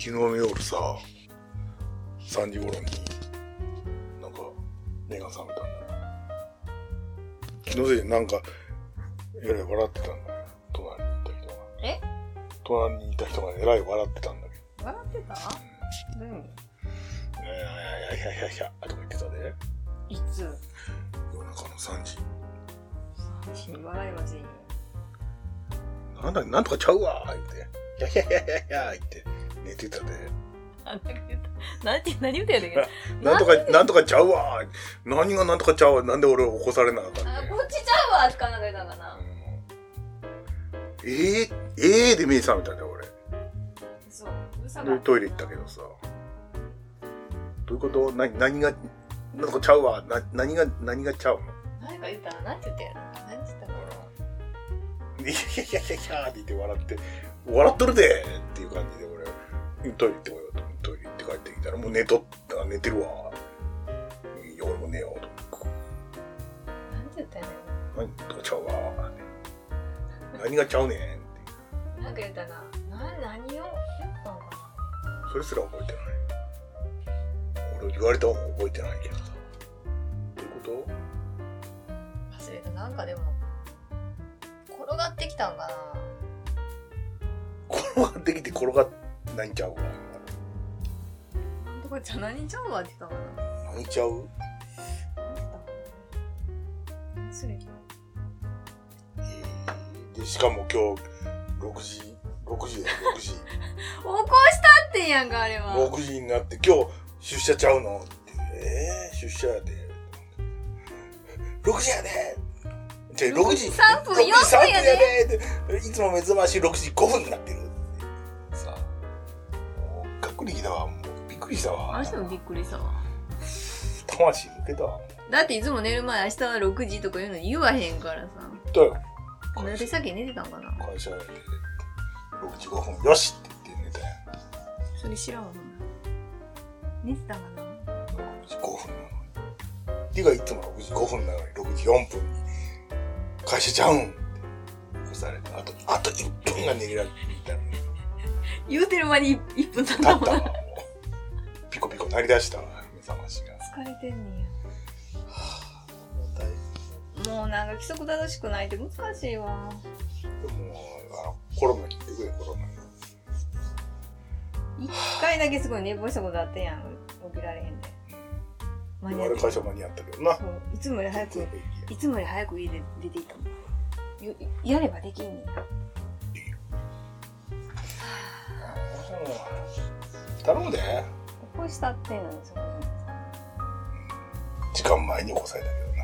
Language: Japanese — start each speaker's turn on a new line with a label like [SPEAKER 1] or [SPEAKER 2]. [SPEAKER 1] 昨日の夜さ3時頃になんか目が覚めたんだ気のせいでなんかえらい笑ってたんだよ隣にいた人が隣
[SPEAKER 2] え
[SPEAKER 1] にいた人がえらい笑ってたんだけど
[SPEAKER 2] 笑ってたう
[SPEAKER 1] 「
[SPEAKER 2] ん。
[SPEAKER 1] いやいやいやいやいやいや」とか言ってたで
[SPEAKER 2] いつ
[SPEAKER 1] 夜中の3時
[SPEAKER 2] 笑いませんよ。
[SPEAKER 1] なんだなんとかちゃうわ言って「いやいやいやいやいや」言って寝てたで
[SPEAKER 2] なんて言ったなんて、何言ったやねんけど。
[SPEAKER 1] なんとか、なんとかちゃうわ何がなんとかちゃうわなんで俺を起こされなあかった
[SPEAKER 2] あ
[SPEAKER 1] ねん
[SPEAKER 2] こっちちゃうわとかなんか言ったかな。
[SPEAKER 1] ええええで目覚めたんだよ俺
[SPEAKER 2] そう。うるさか
[SPEAKER 1] で
[SPEAKER 2] っ
[SPEAKER 1] トイレ行ったけどさどういうこと何何がなんかちゃうわな何が何がちゃうの
[SPEAKER 2] た。何か言ったななんて言ったやろ何て言ったか な。
[SPEAKER 1] いやいやいやいやいやって言って笑って笑っとるでっていう感じで俺トイレ行ってこようと思ってトイレ行って帰ってきたらもう寝とった寝てるわいや俺も寝ようと
[SPEAKER 2] 何て言ったやね
[SPEAKER 1] 何がちゃうわ何がちゃうねんって
[SPEAKER 2] んなんか言ったな。な、何を言ったのか
[SPEAKER 1] それすら覚えてない俺言われた方も覚えてないけどさどういうこと
[SPEAKER 2] な忘れた。なんかでも、転がってきたんか
[SPEAKER 1] 転がってきて転がっないんちゃうか
[SPEAKER 2] な。なんとかちゃう、何ちゃうわって言ったかな。
[SPEAKER 1] 泣いちゃう
[SPEAKER 2] 何て言ったかな。忘れた。
[SPEAKER 1] でしかも今日6時6時だよ6時
[SPEAKER 2] 起こしたってんやんか、あれは。
[SPEAKER 1] 6時になって今日出社ちゃうのってえー、出社やで6時やでじゃあ6時
[SPEAKER 2] 3分
[SPEAKER 1] 6時3
[SPEAKER 2] 4分やで
[SPEAKER 1] 分やでいつも目覚まし6時5分になってるさあもうがっくりきたわもうびっくりしたわ
[SPEAKER 2] あの人もびっくりしたわ。
[SPEAKER 1] 魂抜けたわ
[SPEAKER 2] だっていつも寝る前明日は6時とか言うのに言わへんからさ。
[SPEAKER 1] だよ
[SPEAKER 2] なんでさっき寝てたんかな
[SPEAKER 1] 会社で6時5分よしって言って寝たやん
[SPEAKER 2] それ知らんわ、ほんなら寝てたんかな
[SPEAKER 1] 6時5分なのにていうかいつも6時5分なのに6時4分に会社ちゃうんって起こされてあとあと1分が寝れられたのに
[SPEAKER 2] 言うてる間に1分経った
[SPEAKER 1] だっ
[SPEAKER 2] もん
[SPEAKER 1] た
[SPEAKER 2] な。
[SPEAKER 1] わもうピコピコ鳴り出したわ目覚ましが
[SPEAKER 2] 疲れてんね
[SPEAKER 1] もう大
[SPEAKER 2] や。もうなんか規則正しくないって難しいわ。
[SPEAKER 1] もうあのコロナ来てくれコロナ
[SPEAKER 2] 一回だけすごい寝坊したことあってんやん。起きられへんで。間に合
[SPEAKER 1] 我
[SPEAKER 2] っ
[SPEAKER 1] 々
[SPEAKER 2] て
[SPEAKER 1] 会社間に合ったけどな
[SPEAKER 2] そういつもより早く、
[SPEAKER 1] で
[SPEAKER 2] いつもより早く家で出ていったもん。ゆやればできんねや。
[SPEAKER 1] 頼むで
[SPEAKER 2] 起こしたってんのに、そこに。
[SPEAKER 1] 時間前に起こされたけどね